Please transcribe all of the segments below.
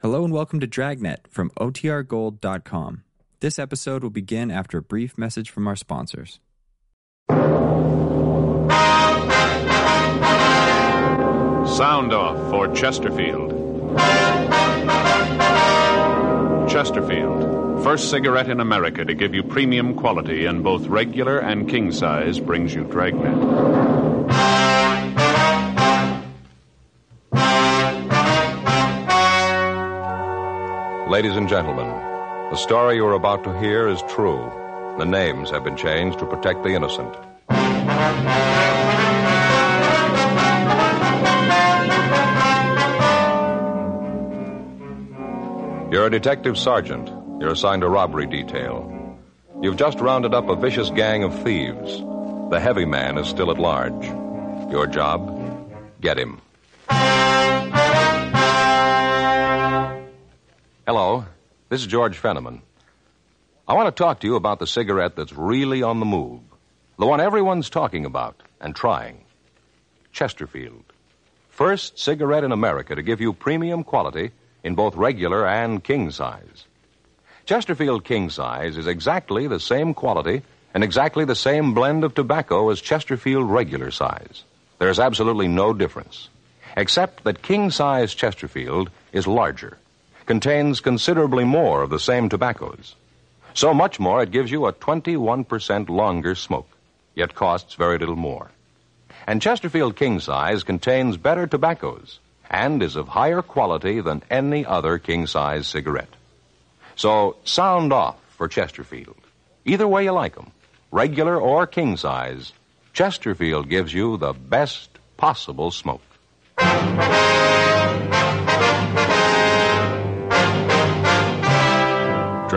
Hello and welcome to Dragnet from OTRGold.com. This episode will begin after a brief message from our sponsors. Sound off for Chesterfield. Chesterfield, first cigarette in America to give you premium quality in both regular and king size, brings you Dragnet. Ladies and gentlemen, the story you are about to hear is true. The names have been changed to protect the innocent. You're a detective sergeant. You're assigned a robbery detail. You've just rounded up a vicious gang of thieves. The heavy man is still at large. Your job? Get him. Hello, this is George Fenneman. I want to talk to you about the cigarette that's really on the move, the one everyone's talking about and trying Chesterfield. First cigarette in America to give you premium quality in both regular and king size. Chesterfield King Size is exactly the same quality and exactly the same blend of tobacco as Chesterfield Regular Size. There is absolutely no difference, except that King Size Chesterfield is larger, contains considerably more of the same tobaccos. So much more, it gives you a 21% longer smoke, yet costs very little more. And Chesterfield King Size contains better tobaccos and is of higher quality than any other king size cigarette. So sound off for Chesterfield. Either way you like 'em, regular or king size, Chesterfield gives you the best possible smoke.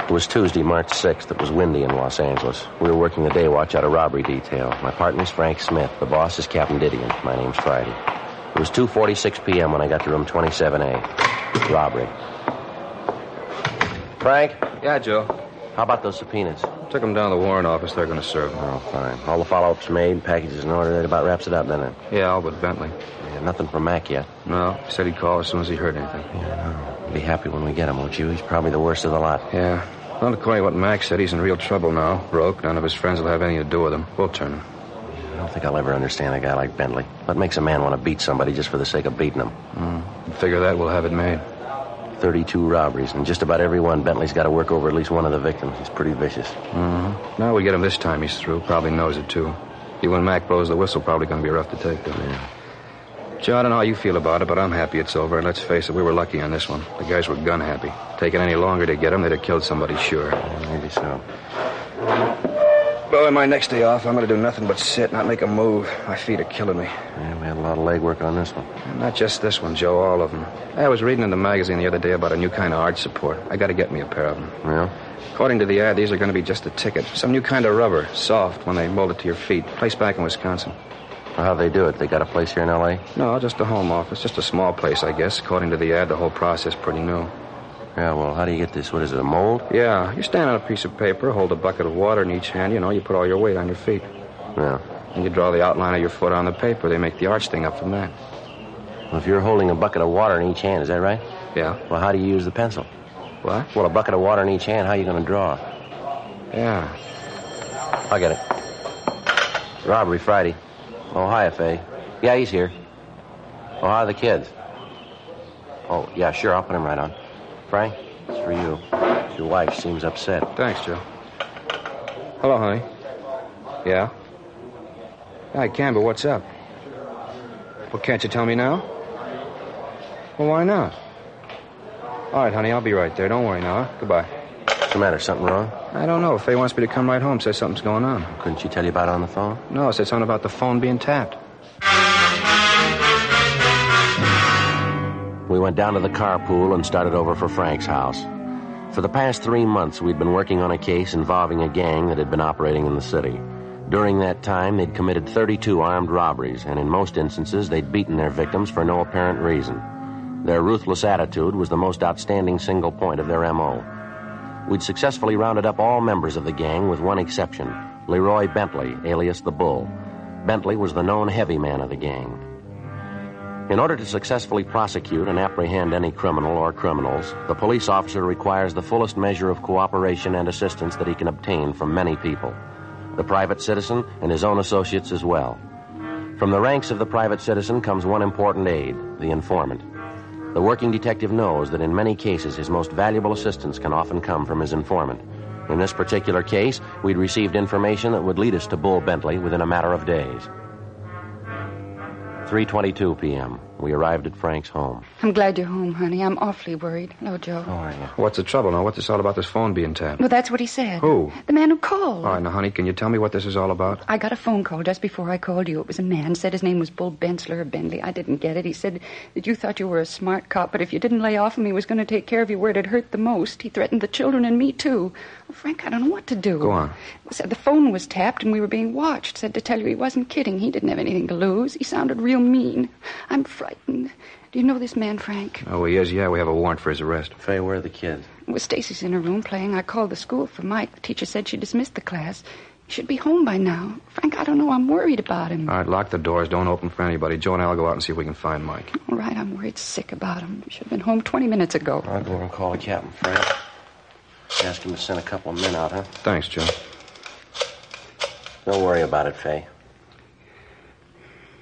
It was Tuesday, March 6th. It was windy in Los Angeles. We were working the day watch out of robbery detail. My partner's Frank Smith. The boss is Captain Didion. My name's Friday. It was 2.46 p.m. when I got to room 27A. Robbery. Frank, Yeah, Joe. how about those subpoenas? Took him down to the warrant office. They're going to serve him. Oh, fine. All the follow-ups made, packages in order. That about wraps it up, doesn't it? Yeah, Albert Bentley. Yeah, nothing from Mac yet. No, he said he'd call as soon as he heard anything. Be happy when we get him, won't you? He's probably the worst of the lot. Yeah. Well, according to what Max said, he's in real trouble now. Broke. None of his friends will have anything to do with him. We'll turn him. I don't think I'll ever understand a guy like Bentley. What makes a man want to beat somebody just for the sake of beating him? Figure that we'll have it made. 32 robberies, and just about every one, Bentley's got to work over at least one of the victims. He's pretty vicious. Now we get him this time he's through. Probably knows it, too. Even when Mac blows the whistle, probably going to be rough to take, though. Yeah. Joe, I don't know how you feel about it, but I'm happy it's over. And let's face it, we were lucky on this one. The guys were gun happy. Taking any longer to get him, they'd have killed somebody, sure. Maybe so. Well, on my next day off, I'm going to do nothing but sit, not make a move. My feet are killing me. Yeah, we had a lot of legwork on this one. Not just this one, Joe, all of them. I was reading in the magazine the other day about a new kind of art support. I gotta get me a pair of them. Yeah? According to the ad, these are gonna be just a ticket. Some new kind of rubber, soft when they mold it to your feet. Placed back in Wisconsin. Well, how'd they do it? They got a place here in L.A.? No, just a home office, just a small place, I guess. According to the ad, the whole process pretty new. Yeah, well, how do you get this? What is it, a mold? Yeah, you stand on a piece of paper, hold a bucket of water in each hand, you know, you put all your weight on your feet. Yeah. And you draw the outline of your foot on the paper. They make the arch thing up from that. Well, if you're holding a bucket of water in each hand, is that right? Yeah. Well, how do you use the pencil? What? Well, a bucket of water in each hand, how are you going to draw? Yeah. I get it. Robbery Friday. Oh, hi, F.A. Yeah, he's here. Oh, how are the kids? Oh, yeah, sure, I'll put him right on. Frank, it's for you. Your wife seems upset. Thanks, Joe. Hello, honey. Yeah? I can, but what's up? Well, can't you tell me now? Well, why not? All right, honey, I'll be right there. Don't worry now. huh? Goodbye. What's the matter? Something wrong? I don't know. Faye wants me to come right home, says something's going on. Couldn't she tell you about it on the phone? No, said something about the phone being tapped. We went down to the carpool and started over for Frank's house. For the past three months, we'd been working on a case involving a gang that had been operating in the city. During that time, they'd committed 32 armed robberies, and in most instances, they'd beaten their victims for no apparent reason. Their ruthless attitude was the most outstanding single point of their MO. We'd successfully rounded up all members of the gang with one exception Leroy Bentley, alias the Bull. Bentley was the known heavy man of the gang. In order to successfully prosecute and apprehend any criminal or criminals, the police officer requires the fullest measure of cooperation and assistance that he can obtain from many people the private citizen and his own associates as well. From the ranks of the private citizen comes one important aid the informant. The working detective knows that in many cases his most valuable assistance can often come from his informant. In this particular case, we'd received information that would lead us to Bull Bentley within a matter of days. 3:22 p.m. We arrived at Frank's home. I'm glad you're home, honey. I'm awfully worried. Hello, Joe. Oh, How are you? What's the trouble now? What's this all about this phone being tapped? Well, that's what he said. Who? Oh, The man who called. All right, now, honey, can you tell me what this is all about? I got a phone call just before I called you. It was a man. Said his name was Bull Bensler or Bentley. I didn't get it. He said that you thought you were a smart cop, but if you didn't lay off him, he was going to take care of you where it hurt the most. He threatened the children and me, too. Oh, Frank, I don't know what to do. Go on. Said the phone was tapped and we were being watched. Said to tell you he wasn't kidding. He didn't have anything to lose. He sounded real mean. I'm frightened. Do you know this man, Frank? Oh, he is, yeah. We have a warrant for his arrest. Fay, where are the kids? Well, Stacy's in her room playing. I called the school for Mike. The teacher said she dismissed the class. He should be home by now. Frank, I don't know. I'm worried about him. All right, lock the doors. Don't open for anybody. Joe and I'll go out and see if we can find Mike. All right, I'm worried sick about him. Should have been home 20 minutes ago. I'll go over and call the captain, Frank. Ask him to send a couple of men out, huh? Thanks, Joe. Don't worry about it, Fay.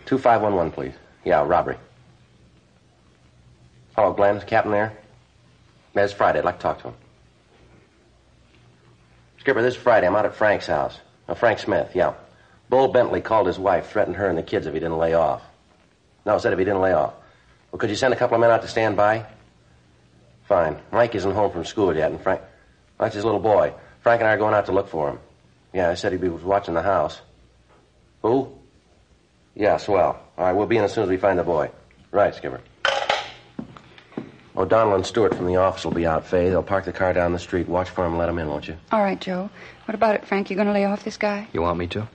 2511, please. Yeah, robbery. Hello, Glenn. Is the captain there? That's Friday. I'd like to talk to him. Skipper, this is Friday. I'm out at Frank's house. Uh, Frank Smith, yeah. Bull Bentley called his wife, threatened her and the kids if he didn't lay off. No, said if he didn't lay off. Well, could you send a couple of men out to stand by? Fine. Mike isn't home from school yet, and Frank. That's his little boy. Frank and I are going out to look for him. Yeah, I said he was watching the house. Who? Yeah, swell. All right, we'll be in as soon as we find the boy. Right, Skipper. O'Donnell and Stewart from the office will be out, Fay. They'll park the car down the street. Watch for him and let him in, won't you? All right, Joe. What about it, Frank? You going to lay off this guy? You want me to?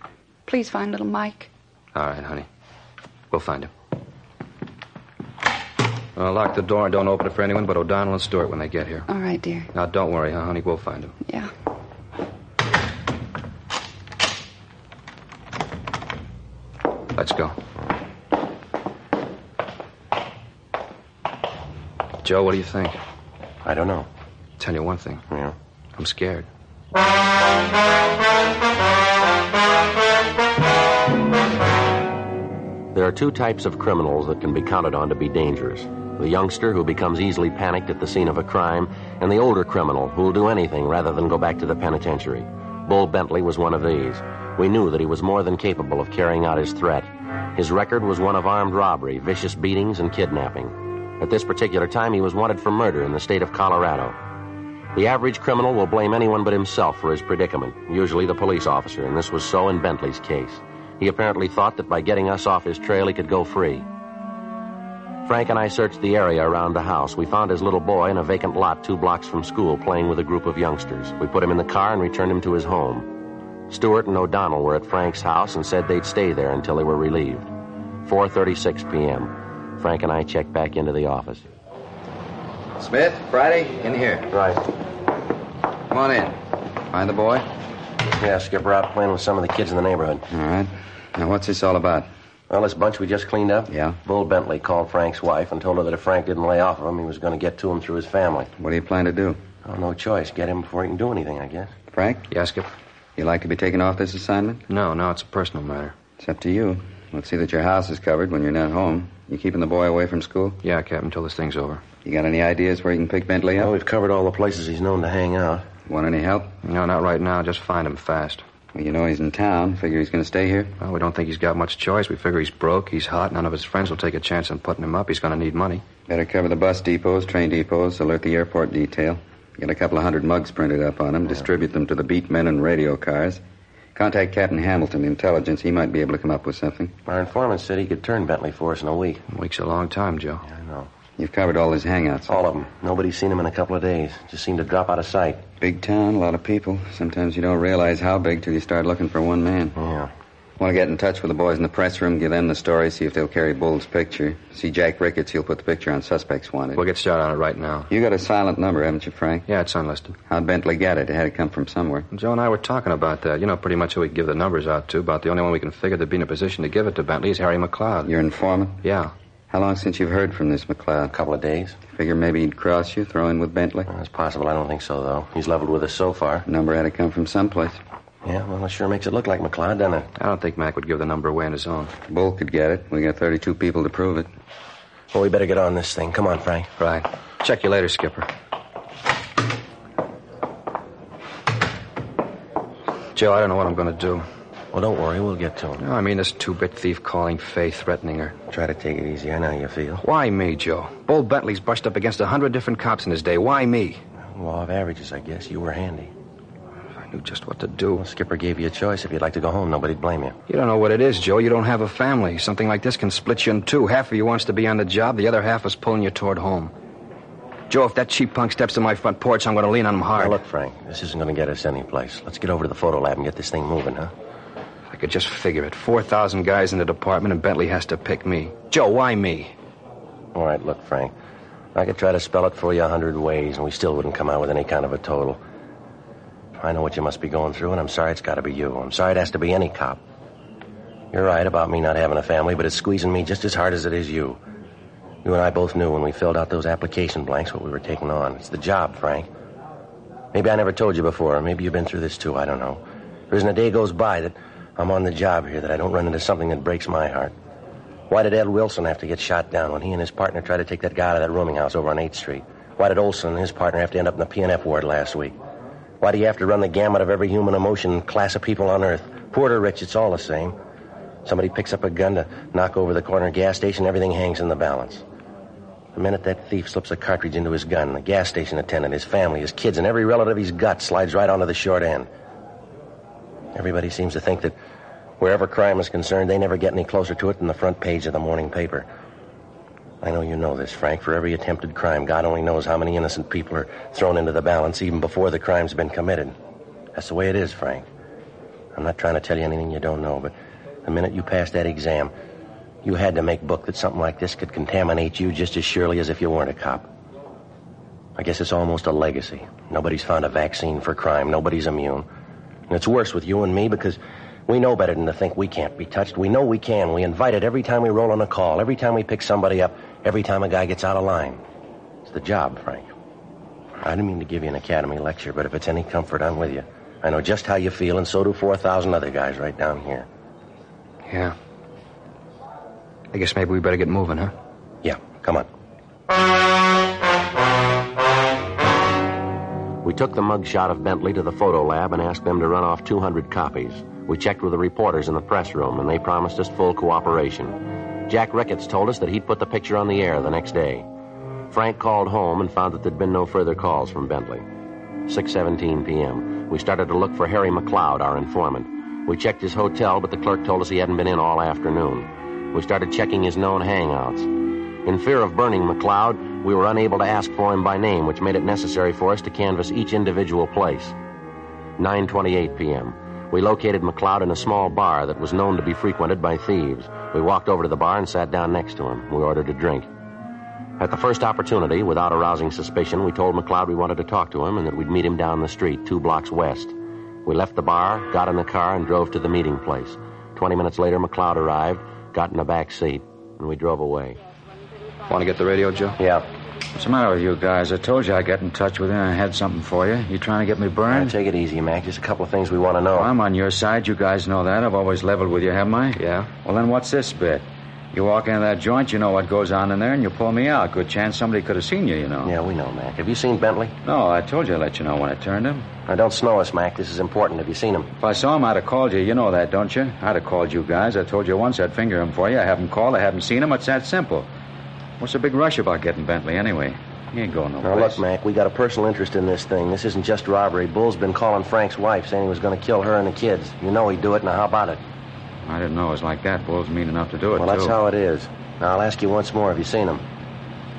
Please find little Mike. All right, honey. We'll find him. Uh, lock the door and don't open it for anyone but O'Donnell and Stewart when they get here. All right, dear. Now, don't worry, huh, honey? We'll find him. Yeah. Let's go. Joe, what do you think? I don't know. Tell you one thing. Yeah. I'm scared. There are two types of criminals that can be counted on to be dangerous the youngster who becomes easily panicked at the scene of a crime, and the older criminal who will do anything rather than go back to the penitentiary. Bull Bentley was one of these. We knew that he was more than capable of carrying out his threat. His record was one of armed robbery, vicious beatings, and kidnapping. At this particular time, he was wanted for murder in the state of Colorado. The average criminal will blame anyone but himself for his predicament, usually the police officer, and this was so in Bentley's case. He apparently thought that by getting us off his trail, he could go free. Frank and I searched the area around the house. We found his little boy in a vacant lot two blocks from school playing with a group of youngsters. We put him in the car and returned him to his home. Stewart and O'Donnell were at Frank's house and said they'd stay there until they were relieved. 4:36 p.m. Frank and I checked back into the office. Smith, Friday, in here. Right. Come on in. Find the boy? Yeah, Skipper out playing with some of the kids in the neighborhood. All right. Now, what's this all about? Well, this bunch we just cleaned up. Yeah. Bull Bentley called Frank's wife and told her that if Frank didn't lay off of him, he was going to get to him through his family. What do you plan to do? Oh, no choice. Get him before he can do anything, I guess. Frank, Yes, Skip? you like to be taken off this assignment? No, no, it's a personal matter. It's up to you. Let's see that your house is covered when you're not home. You keeping the boy away from school? Yeah, Captain, until this thing's over. You got any ideas where you can pick Bentley Well, up? we've covered all the places he's known to hang out. Want any help? No, not right now. Just find him fast. Well, you know he's in town. Figure he's going to stay here? Well, we don't think he's got much choice. We figure he's broke, he's hot, none of his friends will take a chance on putting him up. He's gonna need money. Better cover the bus depots, train depots, alert the airport detail. Get a couple of hundred mugs printed up on him, distribute them to the beat men and radio cars. Contact Captain Hamilton, intelligence. He might be able to come up with something. Our informant said he could turn Bentley for us in a week. A week's a long time, Joe. I know. You've covered all his hangouts. All of them. Nobody's seen him in a couple of days. Just seemed to drop out of sight. Big town, a lot of people. Sometimes you don't realize how big till you start looking for one man. Yeah. Want to get in touch with the boys in the press room, give them the story, see if they'll carry Bull's picture. See Jack Ricketts, he'll put the picture on suspects wanted. We'll get started on it right now. you got a silent number, haven't you, Frank? Yeah, it's unlisted. How'd Bentley get it? It had to come from somewhere. Joe and I were talking about that. You know pretty much who we give the numbers out to. About the only one we can figure to be in a position to give it to Bentley is Harry McLeod. Your informant? Yeah. How long since you've heard from this McLeod? A couple of days. Figure maybe he'd cross you, throw in with Bentley? Uh, Well, it's possible. I don't think so, though. He's leveled with us so far. Number had to come from someplace. Yeah, well, it sure makes it look like McLeod, doesn't it? I don't think Mac would give the number away on his own. Bull could get it. We got 32 people to prove it. Well, we better get on this thing. Come on, Frank. Right. Check you later, Skipper. Joe, I don't know what I'm going to do. Well, don't worry. We'll get to him. No, I mean this two-bit thief calling Faye, threatening her. Try to take it easy. I know how you feel. Why me, Joe? Bull Bentley's brushed up against a hundred different cops in his day. Why me? Law of averages, I guess. You were handy. I knew just what to do. Well, Skipper gave you a choice. If you'd like to go home, nobody'd blame you. You don't know what it is, Joe. You don't have a family. Something like this can split you in two. Half of you wants to be on the job, the other half is pulling you toward home. Joe, if that cheap punk steps to my front porch, I'm going to lean on him hard. Now, look, Frank, this isn't going to get us anyplace. Let's get over to the photo lab and get this thing moving, huh? I could just figure it. 4,000 guys in the department, and Bentley has to pick me. Joe, why me? All right, look, Frank. I could try to spell it for you a hundred ways, and we still wouldn't come out with any kind of a total. I know what you must be going through, and I'm sorry it's got to be you. I'm sorry it has to be any cop. You're right about me not having a family, but it's squeezing me just as hard as it is you. You and I both knew when we filled out those application blanks what we were taking on. It's the job, Frank. Maybe I never told you before. or Maybe you've been through this too. I don't know. There isn't a day goes by that I'm on the job here that I don't run into something that breaks my heart. Why did Ed Wilson have to get shot down when he and his partner tried to take that guy out of that rooming house over on 8th Street? Why did Olson and his partner have to end up in the PNF ward last week? Why do you have to run the gamut of every human emotion and class of people on earth? Poor or rich, it's all the same. Somebody picks up a gun to knock over the corner gas station, everything hangs in the balance. The minute that thief slips a cartridge into his gun, the gas station attendant, his family, his kids, and every relative he's got slides right onto the short end. Everybody seems to think that wherever crime is concerned, they never get any closer to it than the front page of the morning paper. I know you know this, Frank. For every attempted crime, God only knows how many innocent people are thrown into the balance even before the crime's been committed. That's the way it is, Frank. I'm not trying to tell you anything you don't know, but the minute you passed that exam, you had to make book that something like this could contaminate you just as surely as if you weren't a cop. I guess it's almost a legacy. Nobody's found a vaccine for crime. Nobody's immune. And it's worse with you and me because we know better than to think we can't be touched. We know we can. We invite it every time we roll on a call, every time we pick somebody up, every time a guy gets out of line. It's the job, Frank. I didn't mean to give you an academy lecture, but if it's any comfort, I'm with you. I know just how you feel, and so do 4,000 other guys right down here. Yeah. I guess maybe we better get moving, huh? Yeah, come on. We took the mugshot of Bentley to the photo lab and asked them to run off 200 copies. We checked with the reporters in the press room, and they promised us full cooperation. Jack Ricketts told us that he'd put the picture on the air the next day. Frank called home and found that there'd been no further calls from Bentley. 6:17 p.m. We started to look for Harry McLeod, our informant. We checked his hotel, but the clerk told us he hadn't been in all afternoon. We started checking his known hangouts. In fear of burning McLeod, we were unable to ask for him by name, which made it necessary for us to canvass each individual place. 9:28 p.m. We located McLeod in a small bar that was known to be frequented by thieves. We walked over to the bar and sat down next to him. We ordered a drink. At the first opportunity, without arousing suspicion, we told McLeod we wanted to talk to him and that we'd meet him down the street, two blocks west. We left the bar, got in the car, and drove to the meeting place. Twenty minutes later, McLeod arrived, got in the back seat, and we drove away. Want to get the radio, Joe? Yeah. What's the matter with you guys? I told you I'd get in touch with you and I had something for you. You trying to get me Now, burned? take it easy, Mac. Just a couple of things we want to know. Well, I'm on your side. You guys know that. I've always leveled with you, haven't I? Yeah. Well, then what's this bit? You walk into that joint, you know what goes on in there, and you pull me out. Good chance somebody could have seen you, you know. Yeah, we know, Mac. Have you seen Bentley? No, I told you I'd let you know when I turned him. Now, don't snow us, Mac. This is important. Have you seen him? If I saw him, I'd have called you. You know that, don't you? I'd have called you guys. I told you once I'd finger him for you. I haven't called. I haven't seen him. It's that simple. What's the big rush about getting Bentley anyway? He ain't going nowhere. Now, look, Mac, we got a personal interest in this thing. This isn't just robbery. Bull's been calling Frank's wife, saying he was going to kill her and the kids. You know he'd do it. Now, how about it? I didn't know it was like that. Bull's mean enough to do it, Well, that's too. how it is. Now, I'll ask you once more. Have you seen him?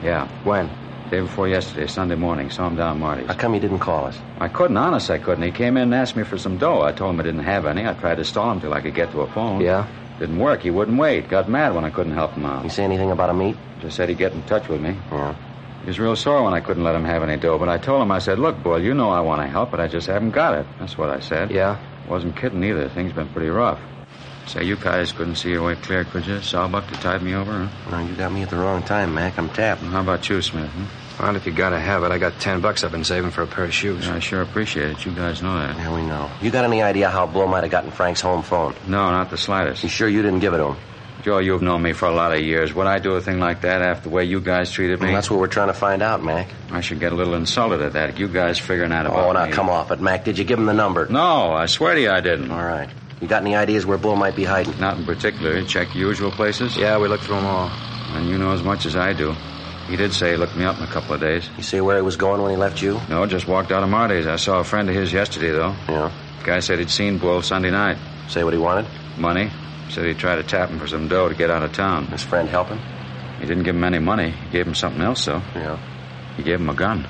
Yeah. When? Day before yesterday, Sunday morning. Saw him down Marty's. How come you didn't call us? I couldn't, honest, I couldn't. He came in and asked me for some dough. I told him I didn't have any. I tried to stall him till I could get to a phone. Yeah? Didn't work. He wouldn't wait. Got mad when I couldn't help him You out. say anything about a meet? Just said he'd get in touch with me. Yeah. He was real sore when I couldn't let him have any dough, but I told him, I said, look, Bull, you know I want to help, but I just haven't got it. That's what I said. Yeah? Wasn't kidding either. Things been pretty rough. Say, you guys couldn't see your way clear, could you? Sawbuck to tide me over, huh? No, you got me at the wrong time, Mac. I'm tapped. How about you, Smith? Hmm? Well, if you gotta have it, I got ten bucks I've been saving for a pair of shoes. I sure appreciate it. You guys know that. Yeah, we know. You got any idea how Bull might have gotten Frank's home phone? No, not the slightest. You sure you didn't give it to him? Joe, you've known me for a lot of years. Would I do a thing like that after the way you guys treated me? Well, that's what we're trying to find out, Mac. I should get a little insulted at that. You guys figuring out about Oh, now me. come off it, Mac. Did you give him the number? No, I swear to you, I didn't. All right. You got any ideas where Bull might be hiding? Not in particular. You Check usual places. Yeah, we looked through them all. And you know as much as I do. He did say he looked me up in a couple of days. You see where he was going when he left you? No, just walked out of Marty's. I saw a friend of his yesterday, though. Yeah. Guy said he'd seen Bull Sunday night. Say what he wanted? Money. Said he'd try to tap him for some dough to get out of town. His friend help him? He didn't give him any money. He gave him something else, though. Yeah. He gave him a gun.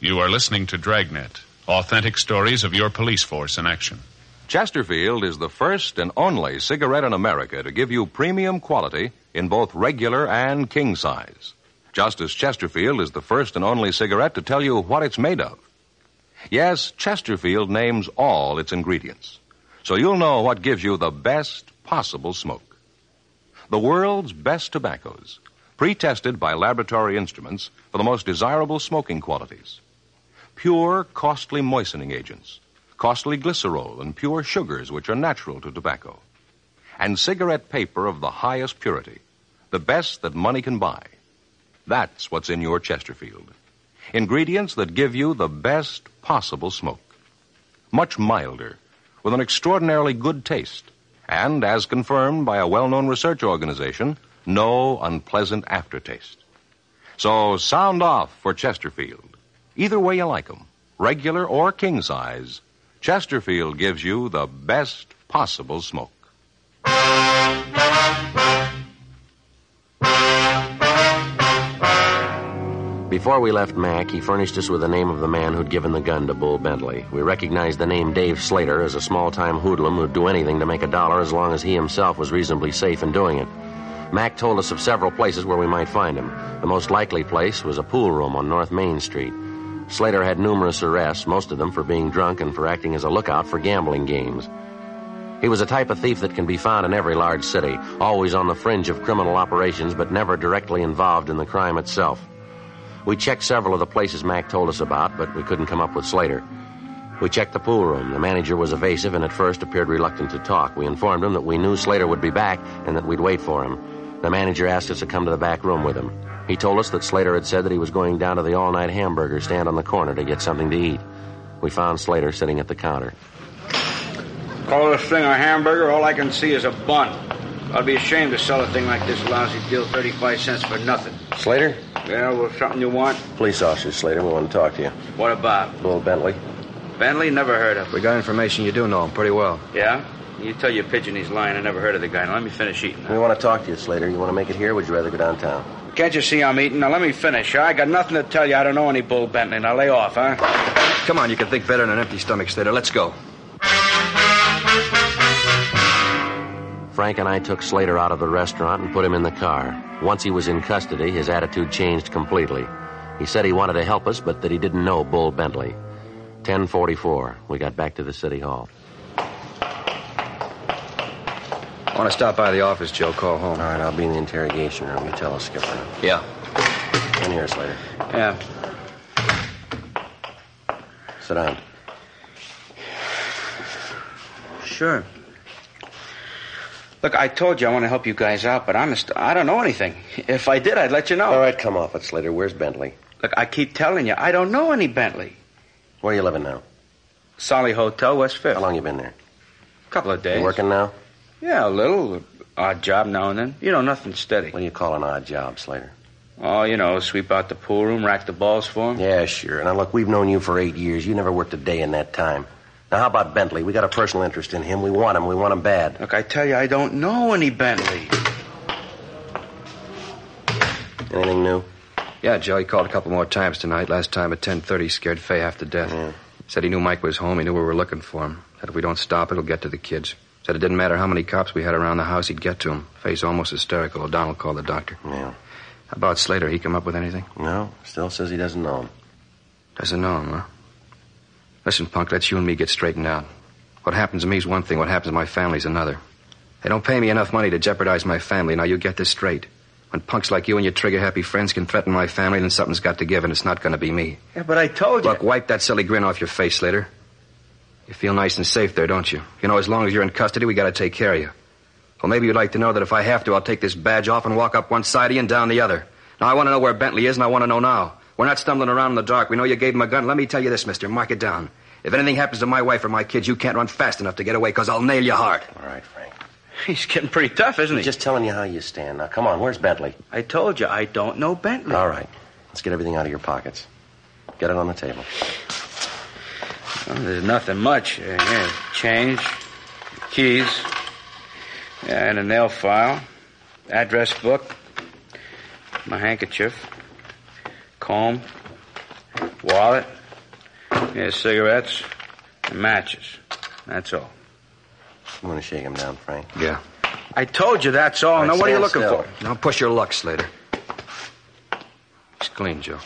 You are listening to Dragnet, authentic stories of your police force in action. Chesterfield is the first and only cigarette in America to give you premium quality in both regular and king size. Just as Chesterfield is the first and only cigarette to tell you what it's made of. Yes, Chesterfield names all its ingredients, so you'll know what gives you the best possible smoke. The world's best tobaccos, pre tested by laboratory instruments for the most desirable smoking qualities. Pure, costly moistening agents costly glycerol and pure sugars which are natural to tobacco, and cigarette paper of the highest purity, the best that money can buy. That's what's in your Chesterfield. Ingredients that give you the best possible smoke. Much milder, with an extraordinarily good taste, and as confirmed by a well known research organization, no unpleasant aftertaste. So sound off for Chesterfield. Either way you like 'em, regular or king size, Chesterfield gives you the best possible smoke. Before we left Mac, he furnished us with the name of the man who'd given the gun to Bull Bentley. We recognized the name Dave Slater as a small time hoodlum who'd do anything to make a dollar as long as he himself was reasonably safe in doing it. Mac told us of several places where we might find him. The most likely place was a pool room on North Main Street. Slater had numerous arrests, most of them for being drunk and for acting as a lookout for gambling games. He was a type of thief that can be found in every large city, always on the fringe of criminal operations, but never directly involved in the crime itself. We checked several of the places Mac told us about, but we couldn't come up with Slater. We checked the pool room. The manager was evasive and at first appeared reluctant to talk. We informed him that we knew Slater would be back and that we'd wait for him. The manager asked us to come to the back room with him. He told us that Slater had said that he was going down to the all night hamburger stand on the corner to get something to eat. We found Slater sitting at the counter. Call this thing a hamburger, all I can see is a bun. I'd be ashamed to sell a thing like this lousy deal 35 cents for nothing. Slater? Well, well, something you want? Police officer Slater, we want to talk to you. What about? Bull Bentley. Bentley? Never heard of. We got information you do know him pretty well. Yeah? You tell your pigeon he's lying. I never heard of the guy. Now, let me finish eating. We want to talk to you, Slater. You want to make it here or would you rather go downtown? Can't you see I'm eating? Now, let me finish. huh? I got nothing to tell you. I don't know any Bull Bentley. Now, lay off, huh? Come on, you can think better than an empty stomach, Slater. Let's go. Frank and I took Slater out of the restaurant and put him in the car. Once he was in custody, his attitude changed completely. He said he wanted to help us, but that he didn't know Bull Bentley. 1044. We got back to the city hall. I want to stop by the office, Joe. Call home. All right, I'll be in the interrogation room. You tell us, Skipper. Yeah. In here, Slater. Yeah. Sit down. Sure. Look, I told you I want to help you guys out, but honest, I don't know anything. If I did, I'd let you know. All right, come off it, Slater. Where's Bentley? Look, I keep telling you, I don't know any Bentley. Where are you living now? Solly Hotel, West Fifth. How long you been there? couple of days. You working now? Yeah, a little. Odd job now and then. You know, nothing steady. What do you call an odd job, Slater? Oh, you know, sweep out the pool room, rack the balls for him. Yeah, sure. Now, look, we've known you for eight years. You never worked a day in that time. Now, how about Bentley? We got a personal interest in him. We want him. We want him bad. Look, I tell you, I don't know any Bentley. Anything new? Yeah, Joe, he called a couple more times tonight. Last time at 10.30, scared Fay half to death. Said he knew Mike was home. He knew we were looking for him. Said if we don't stop, it'll get to the kids. Said it didn't matter how many cops we had around the house, he'd get to him. Fay's almost hysterical. O'Donnell called the doctor. Yeah. How about Slater? He come up with anything? No? Still says he doesn't know him. Doesn't know him, huh? Listen, punk, let's you and me get straightened out. What happens to me is one thing, what happens to my family's another. They don't pay me enough money to jeopardize my family. Now you get this straight. When punks like you and your trigger happy friends can threaten my family, then something's got to give, and it's not gonna be me. Yeah, but I told you. Look, wipe that silly grin off your face, Slater. You feel nice and safe there, don't you? You know, as long as you're in custody, we gotta take care of you. Well, maybe you'd like to know that if I have to, I'll take this badge off and walk up one side of you and down the other. Now, I want to know where Bentley is, and I want to know now. We're not stumbling around in the dark. We know you gave him a gun. Let me tell you this, mister. Mark it down. If anything happens to my wife or my kids, you can't run fast enough to get away, because I'll nail you hard. All right, Frank. He's getting pretty tough, isn't he? Just telling you how you stand. Now, come on. Where's Bentley? I told you, I don't know Bentley. All right. Let's get everything out of your pockets. Get it on the table. Well, there's nothing much. Uh, yeah, change, keys, yeah, and a nail file, address book, my handkerchief, comb, wallet, yeah, cigarettes, and matches. That's all. I'm going to shake him down, Frank. Yeah. I told you that's all. All right, now, what are you stand looking still. for? Now push your luck, Slater. It's clean, Joe.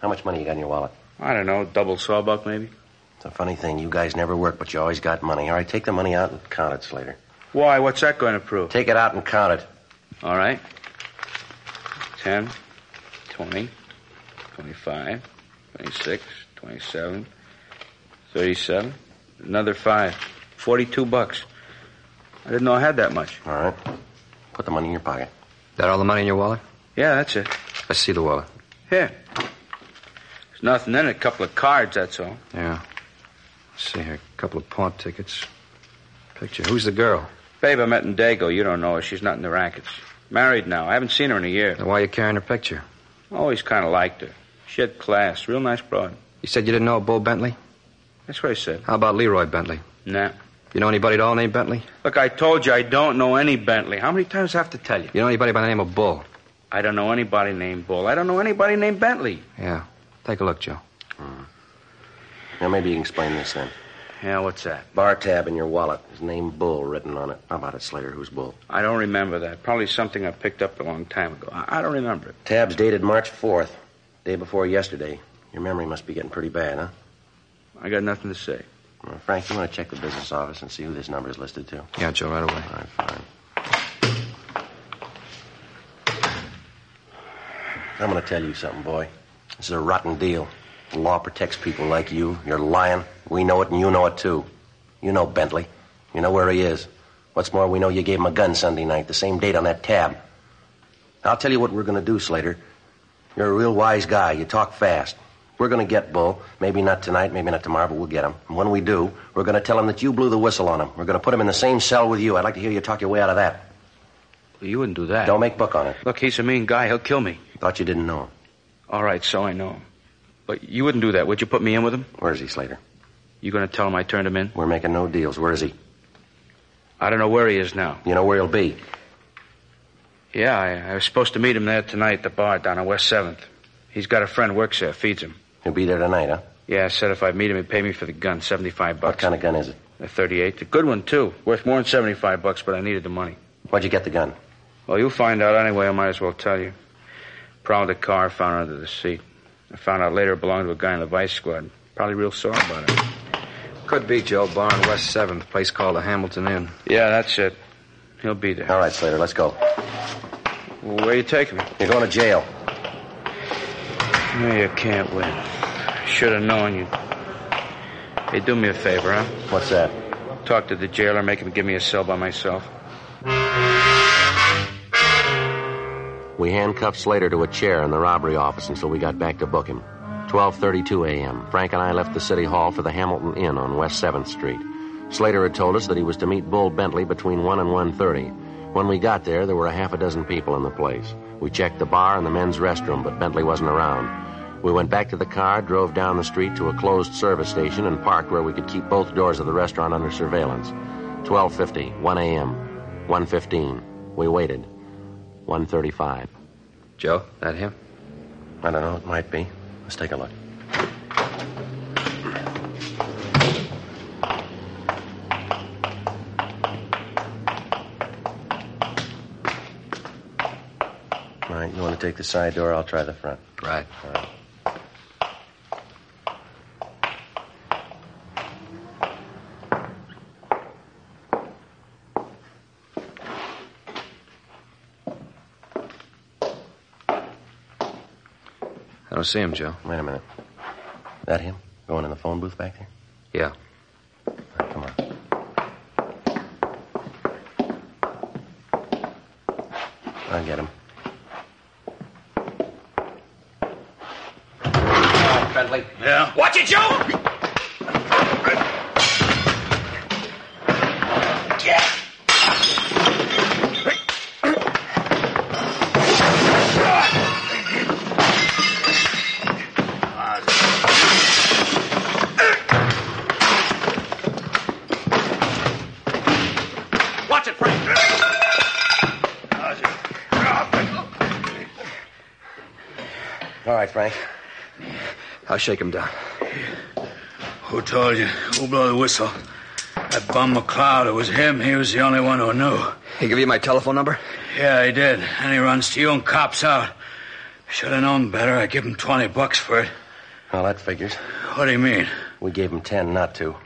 How much money you got in your wallet? I don't know, double sawbuck maybe. It's a funny thing. You guys never work, but you always got money. All right, take the money out and count it, Slater. Why? What's that going to prove? Take it out and count it. All right. 10, 20, 25, 26, 27, 37, another five. 42 bucks. I didn't know I had that much. All right. Put the money in your pocket. That all the money in your wallet? Yeah, that's it. Let's see the wallet. Here. There's nothing in it, a couple of cards, that's all. Yeah. Let's see here. A couple of pawn tickets. Picture. Who's the girl? Babe, I met in Dago. You don't know her. She's not in the rackets. Married now. I haven't seen her in a year. Now, why are you carrying her picture? Always kind of liked her. She had class. Real nice broad. You said you didn't know Bo Bentley? That's what I said. How about Leroy Bentley? Nah. You know anybody at all named Bentley? Look, I told you I don't know any Bentley. How many times do I have to tell you? You know anybody by the name of Bull? I don't know anybody named Bull. I don't know anybody named Bentley. Yeah. Take a look, Joe. Now, maybe you can explain this then. Yeah, what's that? Bar tab in your wallet. His name Bull written on it. How about it, Slater? Who's Bull? I don't remember that. Probably something I picked up a long time ago. I, I don't remember it. Tab's dated March 4th, day before yesterday. Your memory must be getting pretty bad, huh? I got nothing to say. Well, Frank, you want to check the business office and see who this number is listed to? All Yeah, Joe, right away. right, fine. I'm going to tell you something, boy. This is a rotten deal. The law protects people like you. You're lying. We know it, and you know it, too. You know Bentley. You know where he is. What's more, we know you gave him a gun Sunday night, the same date on that tab. I'll tell you what we're going to do, Slater. You're a real wise guy. You talk fast. We're going to get Bull. Maybe not tonight, maybe not tomorrow, but we'll get him. And when we do, we're going to tell him that you blew the whistle on him. We're going to put him in the same cell with you. I'd like to hear you talk your way out of that. Well, you wouldn't do that. Don't make book on it. Look, he's a mean guy. He'll kill me. Thought you didn't know him. All right, so I know. him. But you wouldn't do that. Would you put me in with him? Where is he, Slater? You going to tell him I turned him in? We're making no deals. Where is he? I don't know where he is now. You know where he'll be. Yeah, I, I was supposed to meet him there tonight at the bar down on West 7th. He's got a friend works there, feeds him. He'll be there tonight, huh? Yeah, I said if I meet him, he'd pay me for the gun, 75 bucks. What kind of gun is it? A 38. A good one, too. Worth more than 75 bucks, but I needed the money. Where'd you get the gun? Well, you'll find out anyway. I might as well tell you. Prowled the car, found it under the seat. I found out later it belonged to a guy in the vice squad. Probably real sore about it. Could be, Joe. Bar on West 7th, place called the Hamilton Inn. Yeah, that's it. He'll be there. All right, Slater, let's go. Well, where you taking me? You're going to jail. No, you can't win. Should have known you. Hey, do me a favor, huh? What's that? Talk to the jailer, make him give me a cell by myself. We handcuffed Slater to a chair in the robbery office until we got back to book him. 12:32 a.m. Frank and I left the city hall for the Hamilton Inn on West 7th Street. Slater had told us that he was to meet Bull Bentley between 1 and 1:30. When we got there, there were a half a dozen people in the place. We checked the bar and the men's restroom, but Bentley wasn't around. We went back to the car, drove down the street to a closed service station, and parked where we could keep both doors of the restaurant under surveillance. 12.50, 1 a.m., 1.15. We waited. 1.35. Joe, that him? I don't know. It might be. Let's take a look. All right, you want to take the side door? I'll try the front. Right. All right. I don't see him, Joe. Wait a minute. That him? Going in the phone booth back there? Yeah. All right, come on. I'll get him. Bentley. Yeah. Watch it, Joe! Watch it, Frank. All right, Frank. I'll shake him down. Who told you? Who blew the whistle? That bum McCloud. It was him. He was the only one who knew. He give you my telephone number? Yeah, he did. And he runs to you and cops out. Should have known better. I give him 20 bucks for it. Well, that figures. What do you mean? We gave him ten not to.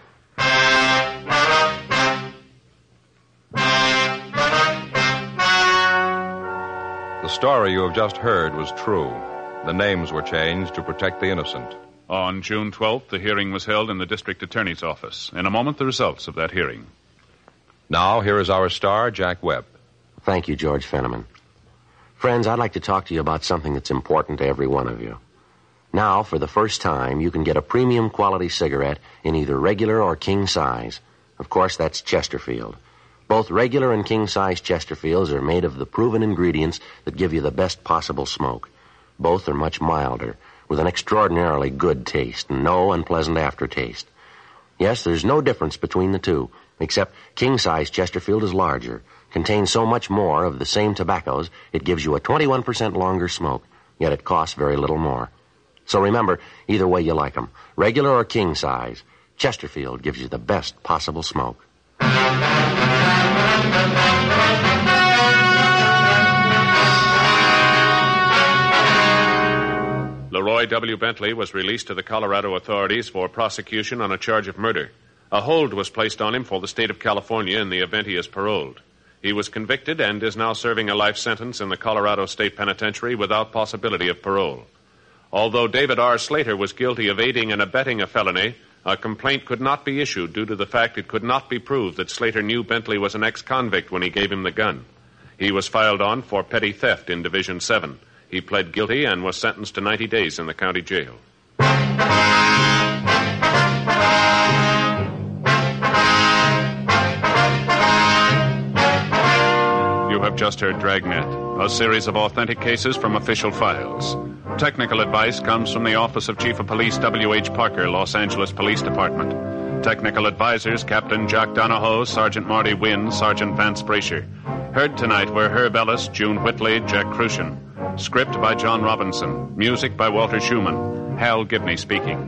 The story you have just heard was true. The names were changed to protect the innocent. On June 12th, the hearing was held in the district attorney's office. In a moment, the results of that hearing. Now, here is our star, Jack Webb. Thank you, George Fenneman. Friends, I'd like to talk to you about something that's important to every one of you. Now, for the first time, you can get a premium quality cigarette in either regular or king size. Of course, that's Chesterfield. Both regular and king size Chesterfields are made of the proven ingredients that give you the best possible smoke. Both are much milder, with an extraordinarily good taste and no unpleasant aftertaste. Yes, there's no difference between the two, except king size Chesterfield is larger, contains so much more of the same tobaccos, it gives you a 21% longer smoke, yet it costs very little more. So remember, either way you like 'em, regular or king size, Chesterfield gives you the best possible smoke. Leroy W. Bentley was released to the Colorado authorities for prosecution on a charge of murder. A hold was placed on him for the state of California in the event he is paroled. He was convicted and is now serving a life sentence in the Colorado State Penitentiary without possibility of parole. Although David R. Slater was guilty of aiding and abetting a felony, a complaint could not be issued due to the fact it could not be proved that Slater knew Bentley was an ex convict when he gave him the gun. He was filed on for petty theft in Division 7. He pled guilty and was sentenced to 90 days in the county jail. You have just heard Dragnet, a series of authentic cases from official files. Technical advice comes from the Office of Chief of Police W.H. Parker, Los Angeles Police Department. Technical advisors Captain Jack Donahoe, Sergeant Marty Wynn, Sergeant Vance Brasher. Heard tonight were Herb Ellis, June Whitley, Jack Crucian. Script by John Robinson. Music by Walter Schumann. Hal Gibney speaking.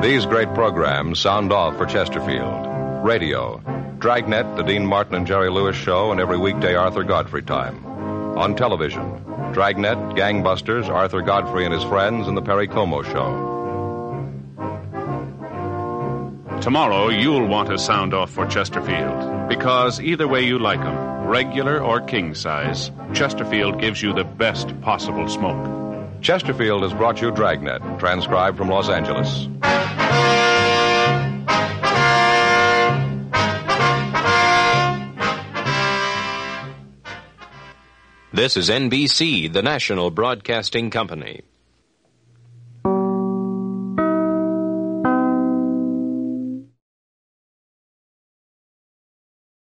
These great programs sound off for Chesterfield. Radio, Dragnet, the Dean Martin and Jerry Lewis show, and every weekday Arthur Godfrey time. On television, Dragnet, Gangbusters, Arthur Godfrey and his friends, and the Perry Como show. Tomorrow, you'll want a sound off for Chesterfield. Because either way you like 'em, regular or king size, Chesterfield gives you the best possible smoke. Chesterfield has brought you Dragnet, transcribed from Los Angeles. This is NBC, the national broadcasting company.